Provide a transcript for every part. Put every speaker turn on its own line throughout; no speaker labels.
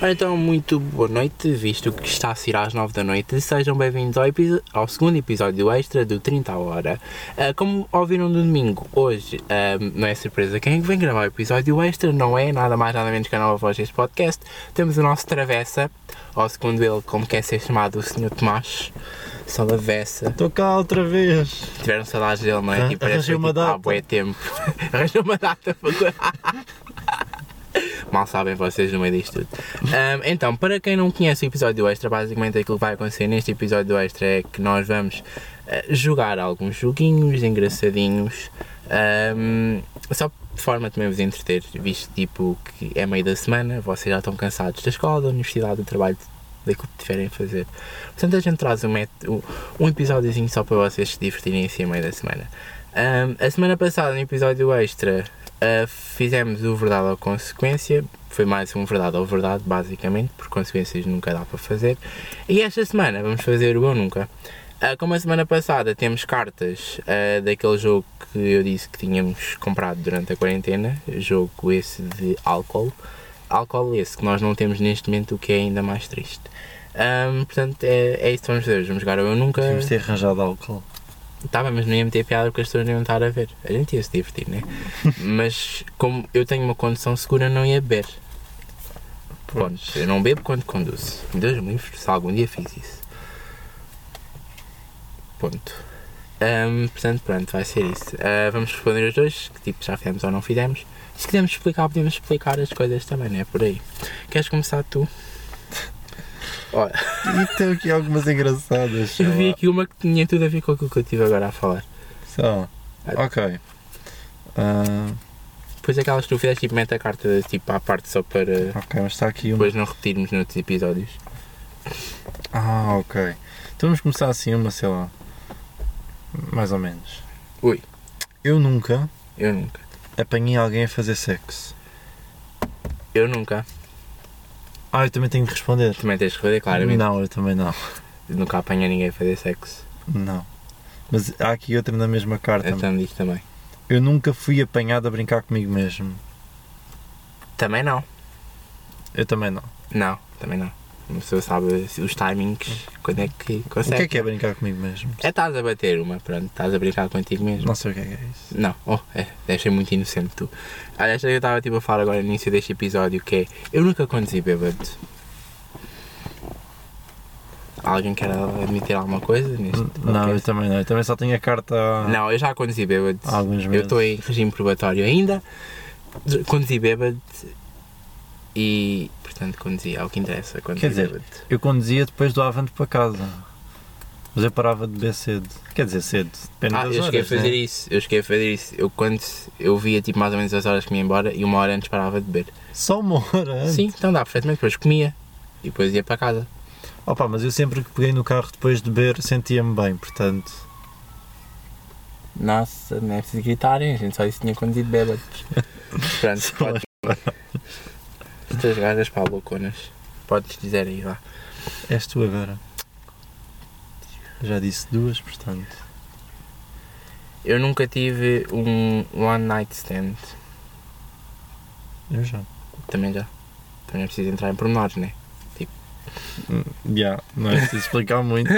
Ora então, muito boa noite, visto que está a ser às 9 da noite. Sejam bem-vindos ao, episo- ao segundo episódio extra do 30 à Hora. Ah, como ouviram no domingo, hoje ah, não é surpresa quem vem gravar o episódio extra, não é nada mais nada menos que a nova voz deste podcast. Temos o nosso Travessa, ou segundo ele, como quer ser chamado, o Sr. Tomás. Salavessa.
Estou cá outra vez.
Tiveram saudades dele, não é?
Arran-
Tipo, parece que
arranjei uma
tipo, há
data.
bué tempo. Arranjou uma data para Mal sabem vocês no meio disto tudo. Ahm, então, para quem não conhece o episódio extra, basicamente é aquilo que vai acontecer neste episódio extra é que nós vamos ah, jogar alguns joguinhos engraçadinhos. ahm, só de forma também vos entreter, visto tipo que é meio da semana, vocês já estão cansados da escola, da universidade, do trabalho, daquilo que tiverem a fazer. Portanto, a gente traz um, met- um- um episódiozinho só para vocês se divertirem assim a meio da semana. Ahm, a semana passada, no episódio extra, ah, fizemos o Verdade ou Consequência. Foi mais um Verdade ou Verdade, basicamente, porque consequências nunca dá para fazer. E esta semana vamos fazer o Eu Nunca. Ah, como a semana passada temos cartas ah, daquele jogo que eu disse que tínhamos comprado durante a quarentena, jogo esse de álcool. Álcool esse que nós não temos neste momento, o que é ainda mais triste. Ahm, portanto, é, é isso que vamos fazer. Vamos jogar o Eu Nunca.
Tínhamos de ter arranjado álcool.
Estava, Tá mas não ia meter piada porque as pessoas não iam estar a ver. A gente ia se divertir, né? mas como eu tenho uma condução segura, não ia beber. Pronto, eu não bebo quando conduzo. Deus me livre se algum dia fiz isso. Ponto. Ahm, portanto, pronto, vai ser isso. Ah, vamos responder os dois, que tipo já fizemos ou não fizemos. Se quisermos explicar, podemos explicar as coisas também, não é? Por aí. Queres começar tu? Ora,
E tem aqui algumas engraçadas. sei
eu vi
lá.
aqui uma que tinha tudo a ver com aquilo que eu estive agora a falar.
Só. Ok. Ah,
Depois aquelas que tu fizeste, tipo, mete a carta tipo, à parte só para
ok, mas está aqui uma.
depois não repetirmos noutros episódios.
Ah, ok. Então vamos começar assim uma, sei lá. Mais ou menos.
Ui.
Eu nunca
Eu nunca.
apanhei alguém a fazer sexo.
Eu nunca.
Ah, eu também tenho de responder.
Também tens de responder, claramente.
Não, eu também não.
Nunca apanha ninguém a fazer sexo.
Não. Mas há aqui outra na mesma carta.
Então diz também.
Eu nunca fui apanhado a brincar comigo mesmo.
Também não.
Eu também não.
Não, também não. Uma pessoa sabe os timings, quando é que
O que
consegue.
é que é brincar comigo mesmo?
É estás a bater uma, pronto. Estás a brincar contigo mesmo.
Não sei o que é que é isso.
Não, oh, é, deve ser muito inocente tu. Olha, esta que eu estava tipo a falar agora no início deste episódio que é Eu nunca conduzi bêbado. Alguém quer admitir alguma coisa neste
Hum, Não, eu
podcast?
também não. Eu também só tenho a carta há
Não, eu já conduzi bêbado.
há alguns meses.
eu estou em regime probatório ainda. Conduzi bêbado e portanto conduzi ao que interessa. Conduzi
Quer dizer,
bêbado.
Eu conduzia depois do Avante para casa. Mas eu parava de beber cedo. Quer dizer, cedo. Depende
Ah,
das
eu cheguei a
horas,
fazer
né?
isso, eu cheguei a fazer isso. Eu quando eu via tipo mais ou menos as horas que me ia embora e uma hora antes parava de beber.
Só uma hora antes.
Sim, então dá perfeitamente, depois comia e depois ia para casa.
Opa, mas eu sempre que peguei no carro depois de beber sentia-me bem, portanto.
Nossa, não é preciso gritarem, a gente só disse que tinha conduzido bêbados. Pronto, pode... Estas gajas para louconas. Podes dizer aí, vá.
És tu agora. Já disse duas, portanto.
Eu nunca tive um one night stand.
Eu já.
Também já. Também é preciso entrar em pormenores, né?
Já, não é preciso explicar muito.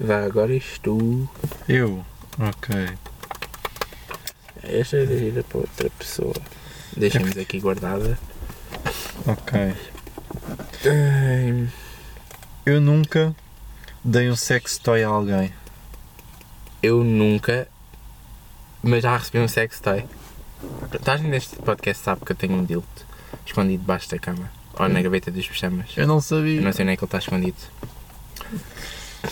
Vá, agora estou.
Eu. Ok.
Esta é dirigida para outra pessoa. Deixamos aqui guardada.
Ok.
Ai,
Eu nunca dei um sex toy a alguém.
Eu nunca. Mas já recebi um sextoy. Estás neste podcast, sabe que eu tenho um dildo escondido debaixo da cama. Ou na gaveta dos pijamas.
Eu não
Eu
sabia.
não sei onde é que ele está escondido.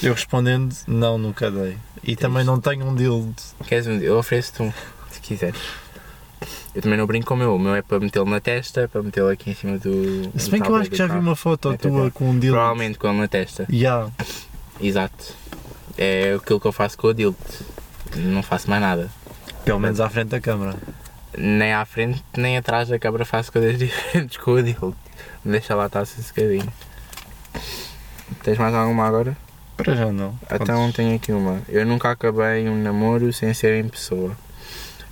Eu respondendo, não, nunca dei. E também não tenho um dildo.
Queres um dildo? Eu ofereço-te um, se quiseres. Eu também não brinco com o meu. O meu é para metê-lo na testa, para metê-lo aqui em cima do.
Se
do
bem que eu
tablet
acho que
do
já vi
carro.
uma foto
É
tua
verdade.
com um dildo.
Provavelmente com ele na testa.
Ya.
Exato. É aquilo que eu faço com o dildo. Não faço mais nada.
Pelo menos à frente da câmara.
nem à frente nem atrás da câmara faço coisas diferentes com o dildo. Deixa lá estar sossegadinho. Tens mais alguma agora?
Para já não.
Então
Prontos.
tenho aqui uma. Eu nunca acabei um namoro sem ser em pessoa.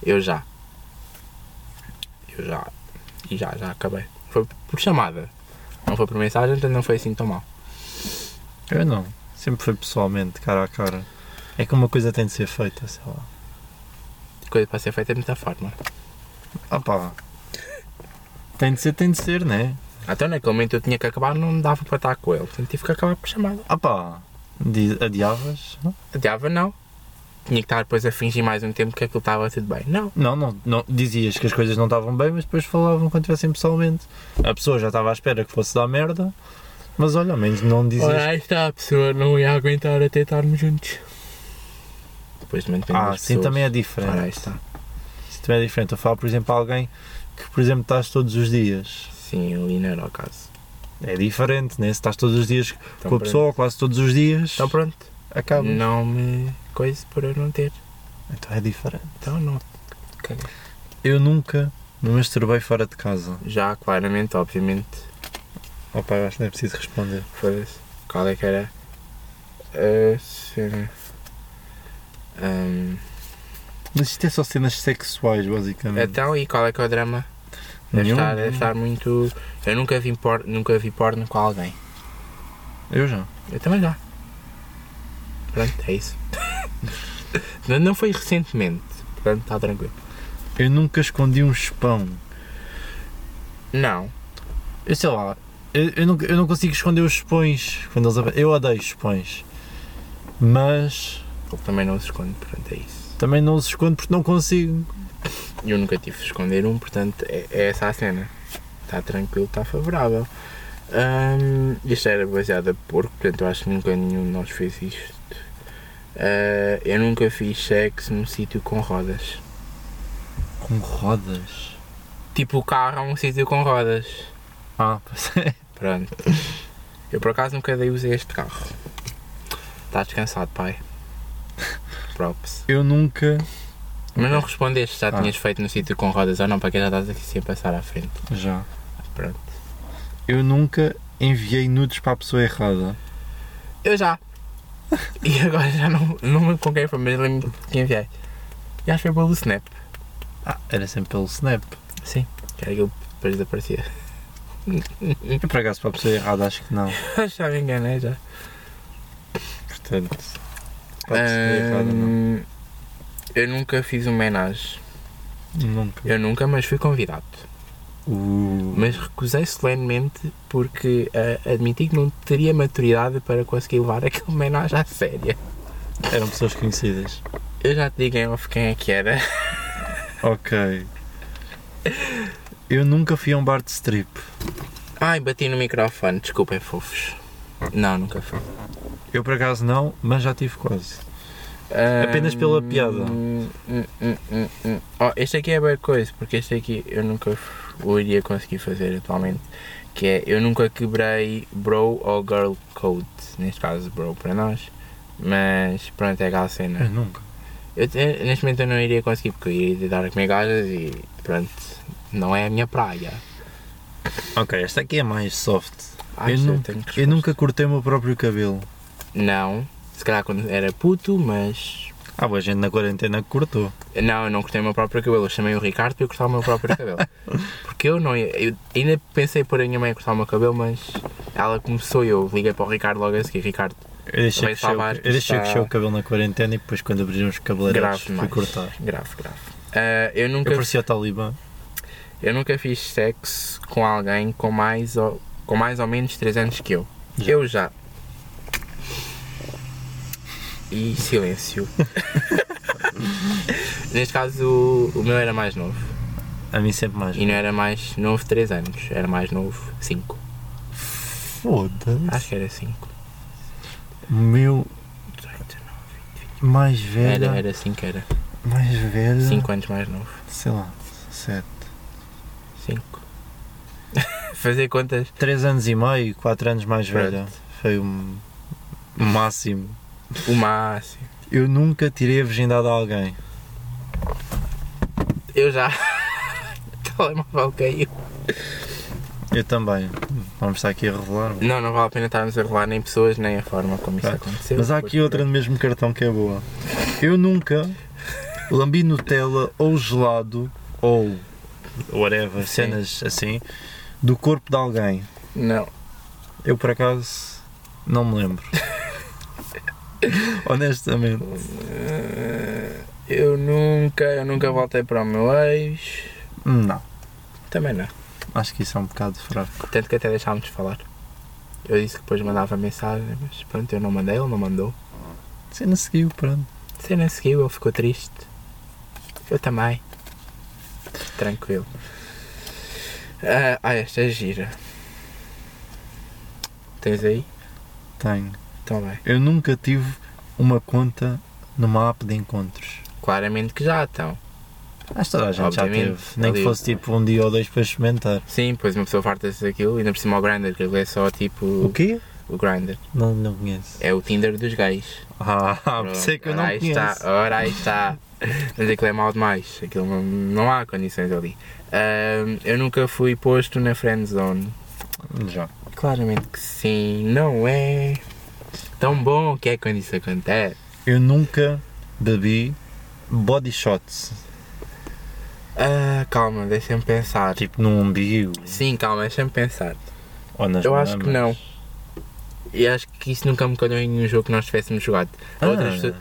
Eu já. Eu já. E já, já acabei. Foi por chamada. Não foi por mensagem, então não foi assim tão mal.
Eu não. Sempre foi pessoalmente, cara a cara. É que uma coisa tem de ser feita, sei lá.
Coisa para ser feita é muita forma.
Ah pá. Tem de ser, tem de ser, né?
Então naquele momento eu tinha que acabar, não dava para estar com ele. Portanto tive que acabar por chamada.
Ah pá. Di- Adiavas? Não?
Adiava não. Tinha que estar depois a fingir mais um tempo que aquilo estava tudo bem. Não.
Não, não, não. Dizias que as coisas não estavam bem, mas depois falavam quando estivessem pessoalmente. A pessoa já estava à espera que fosse dar merda, mas olha, ao menos não dizias.
Ora, esta pessoa não ia aguentar até estarmos juntos. Depois também depende
ah,
das
sim,
pessoas.
também é
Ora, aí
diferente.
está.
Sim, também é diferente. Eu falo, por exemplo, a alguém que, por exemplo, estás todos os dias.
Sim, ali não era o caso.
É diferente, né? Se estás todos os dias
Então,
com a
pronto.
pessoa, Tá ou quase todos os dias,
Então pronto.
acaba.
Não me coisa por eu não ter.
Então é diferente.
Então não.
Eu nunca me masturbei fora de casa.
Já claramente, obviamente,
Opa, eu acho que não é preciso responder.
Foda-se. Qual é que era a cena? Hum, Ahm,
Mas isto é só cenas sexuais, basicamente.
então, e qual é que é o drama? Deve
Nenhum.
estar, deve estar muito. Eu nunca vi, por, nunca vi porno com alguém.
Eu já.
Eu também já. Pronto, é isso. não, não foi recentemente. Portanto, está tranquilo.
Eu nunca escondi um chupão.
Não.
Eu sei lá. Eu, eu, não, eu não consigo esconder os chupões. Quando eles apa- eu odeio chupões. Mas
Ele também não se esconde, portanto, é isso.
também não os escondo porque não consigo.
E eu nunca tive de esconder um, portanto, é, é essa a cena. Está tranquilo, está favorável. Ahm, isto era baseado a porco, portanto, eu acho que nunca nenhum de nós fez isto. Ah, eu nunca fiz sexo num sítio com rodas.
Com rodas.
Tipo, o carro é um sítio com rodas.
Ah, pois é.
Pronto. Eu por acaso nunca dei uso a este carro. Estás descansado, pai. Props.
Eu nunca.
Mas não respondeste se já
Ah.
tinhas feito no sítio com rodas ou não, para que já estás aqui sem passar à frente.
Já.
Pronto.
Eu nunca enviei nudes para a pessoa errada.
Eu já. E agora já não, não me lembro com quem foi, mas lembro de quem enviei. E acho que foi pelo Snap.
Ah, era sempre pelo Snap.
Sim. Que era aquilo que depois desaparecia.
Eu por acaso para a pessoa errada acho que não.
já me enganei já.
Portanto. Para a pessoa errada não.
Ahm, Eu nunca fiz homenagem.
Nunca.
Eu nunca, mas fui convidado.
Uh,
Mas recusei solenemente porque ah, admiti que não teria maturidade para conseguir levar aquela homenagem à séria.
Eram pessoas conhecidas.
Eu já te digo em off quem é que era.
Ok. Eu nunca fui a um bar de strip.
Ai, bati no microfone. Desculpem, fofos. Não, nunca fui.
Eu por acaso não, mas já tive quase. Apenas pela piada.
Hum, hum, hum, hum, hum. Oh, este aqui é boa coisa, porque este aqui eu nunca f- o iria conseguir fazer atualmente. Que é, eu nunca quebrei bro ou girl code, neste caso bro para nós, mas pronto, é aquela
Eu
cena.
nunca.
Eu, eu- neste momento eu não iria conseguir, porque eu iria deitar a comer gajas e pronto, não é a minha praia.
Ok, esta aqui é mais soft.
Ai,
eu,
isto
nunca,
tenho que
eu
responder.
nunca cortei o meu próprio cabelo.
Não, se calhar quando era puto, mas
Ah, boa gente na quarentena que cortou.
Não, eu não cortei o meu próprio cabelo. Eu chamei o Ricardo para eu cortar o meu próprio cabelo. Porque eu não ia. Eu ainda pensei por a minha mãe a cortar o meu cabelo, mas ela começou e eu liguei para o Ricardo logo a seguir. Ricardo,
Eu
Também
deixei, crescer, o-
Salvador
eu deixei
está-
crescer o cabelo na quarentena e depois quando abriram os
grave
cabeleireiros fui
demais.
cortar.
Grave, grave. Ah, eu, nunca,
Eu parecia o Talibã.
eu nunca fiz sexo com alguém com mais ou, com mais ou menos 3 anos que eu.
Já.
Eu já. E silêncio. Neste caso, o- o meu era mais novo.
A mim sempre mais.
E não é? era mais novo 3 anos, era mais novo 5. Acho
Foda-se.
que era 5.
O meu mais velho.
Era, era assim que era.
Mais velho.
5 anos mais novo.
Sei lá, sete.
5. Fazer contas.
3 anos e meio, 4 anos mais
Pronto.
velha. Foi o m- o máximo.
O máximo.
Eu nunca tirei a virgindade a alguém.
Eu já. O telemóvel caiu.
Eu também. Vamos estar aqui a revelar.
Não, não vale a pena estarmos a revelar nem pessoas, nem a forma como isso
Tá.
aconteceu.
Mas há aqui outra no mesmo cartão que é boa. Eu nunca lambi Nutella ou gelado ou whatever, cenas assim, do corpo de alguém.
Não.
Eu por acaso não me lembro. Honestamente.
Eh, eu nunca, eu nunca voltei para o meu ex.
Não.
Também não.
Acho que isso é um bocado fraco.
Tanto que até deixámos de falar. Eu disse que depois mandava mensagem, mas pronto, eu não mandei, ele não mandou.
Você não seguiu, pronto.
A cena seguiu, ele ficou triste. Eu também. Tranquilo. Ah, ah, esta é gira. Tens aí?
Tenho.
Então vai.
Eu nunca tive uma conta numa app de encontros.
Claramente que já então. estão.
Acho que toda a gente já
Obviamente,
teve. Nem que
ali-
fosse tipo um dia ou dois para experimentar.
Sim, pois uma pessoa farta-se daquilo, ainda por cima o Grindr, que é só tipo.
O quê?
O Grindr.
Não, não conheço.
É o Tinder dos gays.
Ah, por isso é que eu não
Ora aí
conheço.
Está, ora aí está. Mas aquilo é mau demais. Aquilo não, não há condições ali. Ahm, eu nunca fui posto na friend zone.
Já.
Claramente que sim, não é tão bom que é quando isso acontece.
Eu nunca bebi body shots.
Ah, calma, deixa-me pensar.
Tipo num umbigo
Sim, calma, deixa-me pensar.
ou nas
Eu acho que
mamas.
não. E acho que isso nunca me calhou em nenhum jogo que nós tivéssemos jogado.
Ah,
Outras pessoas-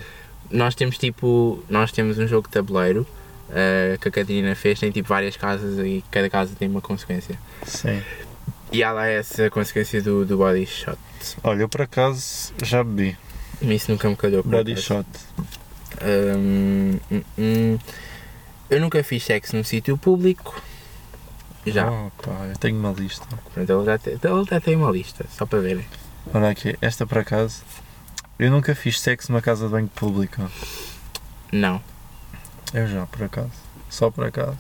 Nós temos tipo. Nós temos um jogo de tabuleiro ah, que a Catarina fez, tem tipo várias casas e cada casa tem uma consequência.
Sim.
E há lá essa consequência do, do body shot.
Olha, eu por acaso já bebi
Isso nunca me calhou. por
body
acaso.
shot.
Hum, hum, hum. eu nunca fiz sexo num sítio público. Já.
Oh, pá, eu tenho uma lista.
Pronto, ele, já tem, ele já tem uma lista, só para verem.
Olha aqui, esta por acaso. Eu nunca fiz sexo numa casa de banho pública.
Não.
Eu já, por acaso. Só por acaso.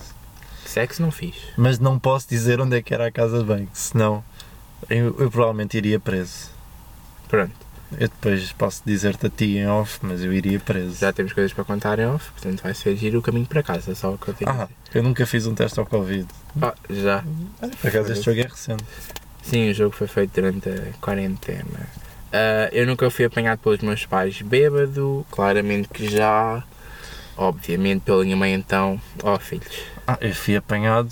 Sexo não fiz.
Mas não posso dizer onde é que era a casa de banho, senão eu, eu provavelmente iria preso.
Pronto.
Eu depois posso dizer-te a ti em off, mas eu iria preso.
Já temos coisas para contar em off, portanto vai ser giro o caminho para casa, só o que eu tenho a
Ah,
dizer.
eu nunca fiz um teste ao Covid.
Ah, já.
Por acaso este jogo é recente.
Sim, o jogo foi feito durante a quarentena. Ah, eu nunca fui apanhado pelos meus pais bêbado, claramente que já. Obviamente pela minha mãe então. Oh filhos.
Ah, eu fui apanhado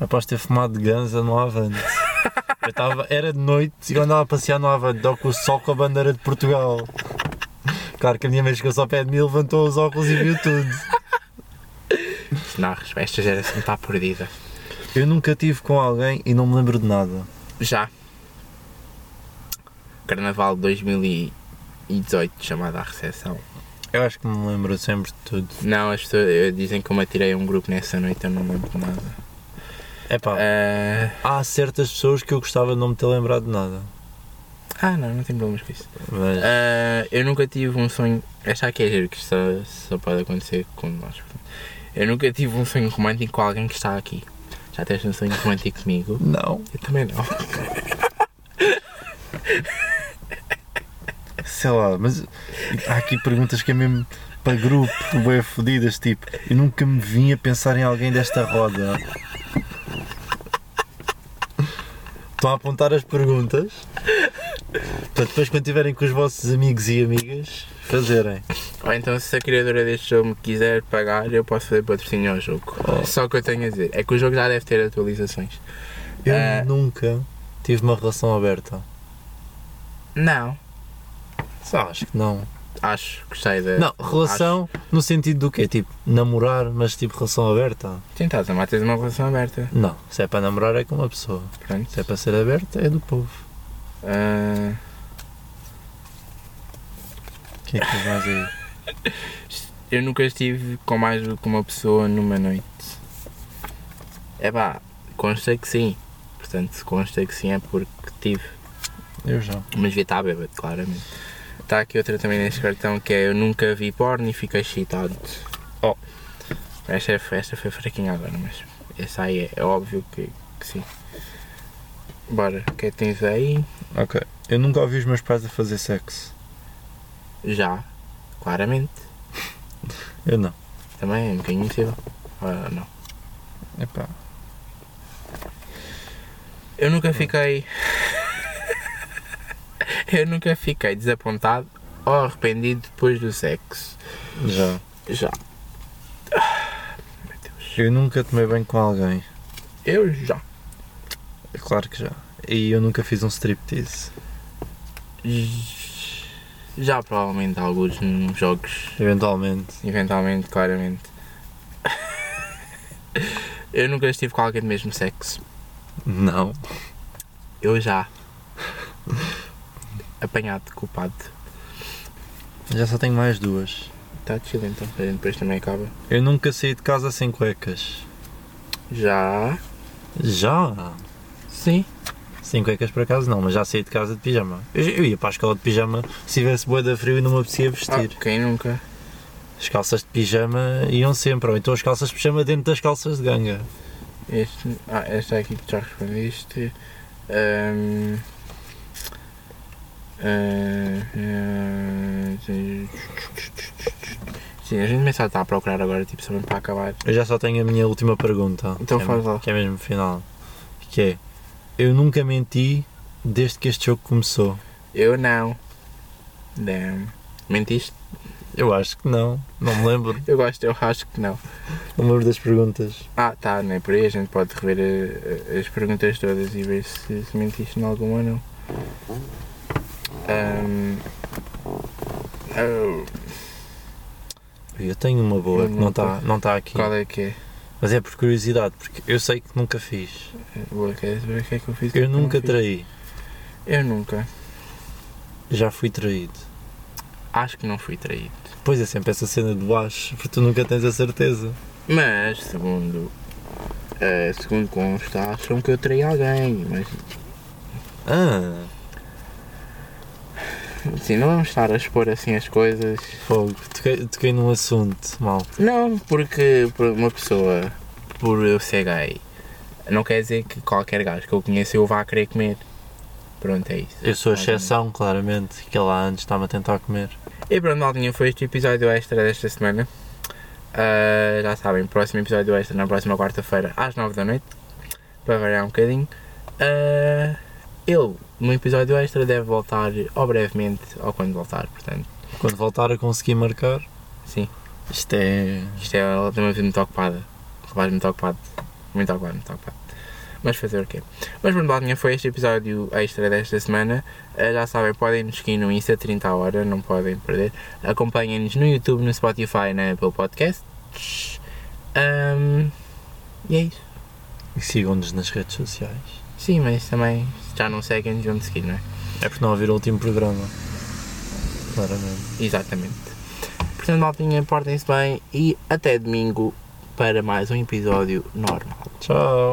após ter fumado ganza no Avante. Eu estava, era de noite e eu andava a passear no Avante, ao com o sol com a bandeira de Portugal. Claro que a minha mãe chegou só ao pé de mim, levantou os óculos e viu tudo.
Narros, esta geração está perdida.
Eu nunca tive com alguém e não me lembro de nada.
Já. Carnaval de 2018, chamada à recepção.
Eu acho que me lembro sempre de tudo.
Não, as pessoas eh, dizem que eu me atirei a um grupo nessa noite, eu não me lembro de nada.
Epá,
Ah,
há certas pessoas que eu gostava de não me ter lembrado de nada.
ah, não, não tem problemas com isso.
Mas
Ah, eu nunca tive um sonho. Esta aqui é giro, que só, só pode acontecer com nós. portanto. Eu nunca tive um sonho romântico com alguém que está aqui. Já tens um sonho romântico comigo?
não.
Eu também não.
Sei lá, mas há aqui perguntas que é mesmo para grupo, bem fodidas, tipo, eu nunca me vim a pensar em alguém desta roda. Estão a apontar as perguntas para depois quando tiverem com os vossos amigos e amigas fazerem.
Ou então, se a criadora deste jogo me quiser pagar, eu posso fazer patrocínio ao jogo.
Oh.
Só o que eu tenho a dizer é que o jogo já deve ter atualizações.
Eu
Ah.
nunca tive uma relação aberta.
Não.
Só acho que É, não.
Acho, gostei da.
Não, relação no sentido do quê? Tipo, namorar, mas tipo relação aberta?
Sim, estás a amar, tens uma relação aberta.
Não, se é para namorar é com uma pessoa. Se
Pronto.
é para ser aberta é do povo.
Ah,
O que é que vais aí?
eu nunca estive com mais do que uma pessoa numa noite. É pá, consta que sim. Portanto, se consta que sim é porque tive.
Eu já.
Mas vi estar bêbado, claramente. Está aqui outra também neste cartão que é Eu nunca vi porno e fiquei excitado. Oh, esta, é- esta foi fraquinha agora, mas essa aí é, é óbvio que, que sim. Bora, o que é que tens aí?
Ok. Eu nunca ouvi os meus pais a fazer sexo.
Já, claramente.
Eu não.
Também é um bocadinho impossível. Ah, não.
Epá.
Eu nunca fiquei. Eu nunca fiquei desapontado ou arrependido depois do sexo.
Já.
Já.
Eu nunca tomei bem com alguém.
Eu já.
É Claro que já. E eu nunca fiz um striptease.
Já provavelmente alguns nos jogos,
Eventualmente.
eventualmente, claramente. Eu nunca estive com alguém do mesmo sexo.
Não.
Eu já. Apanhado, culpado.
Já só tenho mais duas.
Tá chill então, a gente depois também acaba.
Eu nunca saí de casa sem cuecas.
Já.
Já?
Sim.
Sem cuecas por acaso não, mas já saí de casa de pijama. Eu, eu ia para a escola de pijama se tivesse boa da frio e não me apetecia vestir.
Ah, quem nunca?
As calças de pijama iam sempre, ou então as calças de pijama dentro das calças de ganga.
Este, ah, esta aqui que já respondeste. Ahm. Ah, ah, Sim, eh, a gente mesmo está a procurar agora, tipo, somente para acabar.
Eu já só tenho a minha última pergunta.
Então
que é-
faz lá.
Que é mesmo final. Que é, eu nunca menti desde que este jogo começou.
Eu não. Damn. Mentiste?
Eu acho que não, não me lembro.
Eu gosto, eu acho que não.
não me lembro das perguntas.
Ah, tá, não é por aí. A gente pode rever eh, eh, as perguntas todas e ver se, se mentiste em alguma ou não. Ahm. oh,
Eu tenho uma boa
Eu
que
não
não está não tá aqui.
qual é que é?
Mas é por curiosidade, porque eu sei que nunca fiz.
Boa, queres ver o que é que eu fiz? que
Eu
não
nunca
fiz?
traí.
Eu nunca.
Já fui traído.
Acho que não fui traído.
Pois é, sempre essa cena de baixo, porque tu nunca tens a certeza.
Mas, segundo. eh, segundo consta, acham que eu traí alguém. Mas,
Ah,
assim, não vamos estar a expor assim as coisas.
fogo, toquei, toquei num assunto, malta.
Não, porque por uma pessoa, por eu ser gay, não quer dizer que qualquer gajo que eu conheça eu vá querer comer. Pronto, é isso.
Eu sou a
Mais ou menos.
exceção, claramente, que lá antes estava a tentar comer.
E pronto, maldinha, foi este episódio extra desta semana. Ah, já sabem, próximo episódio extra na próxima quarta-feira às 9 da noite. Para variar um bocadinho. Ah, eu, no episódio extra, deve voltar ou brevemente ou quando voltar, portanto.
Quando voltar a conseguir marcar,
Sim,
isto é.
isto é ela tem uma vida muito ocupada. Rapaz, muito ocupado. Muito ocupado, muito ocupado. Mas fazer o quê? Mas pronto, maldinha, foi este episódio extra desta semana. Ah, já sabem, podem nos seguir no Insta 30 horas, não podem perder. Acompanhem-nos no YouTube, no Spotify, na Apple Podcasts. Ahm, e é isso.
E sigam-nos nas redes sociais.
Sim, mas também se já não seguem, deviam de seguir, não é?
É porque não ouvir o último programa. Claramente.
Exatamente. Portanto, maltinha, portem-se bem e até domingo para mais um episódio normal.
Tchau!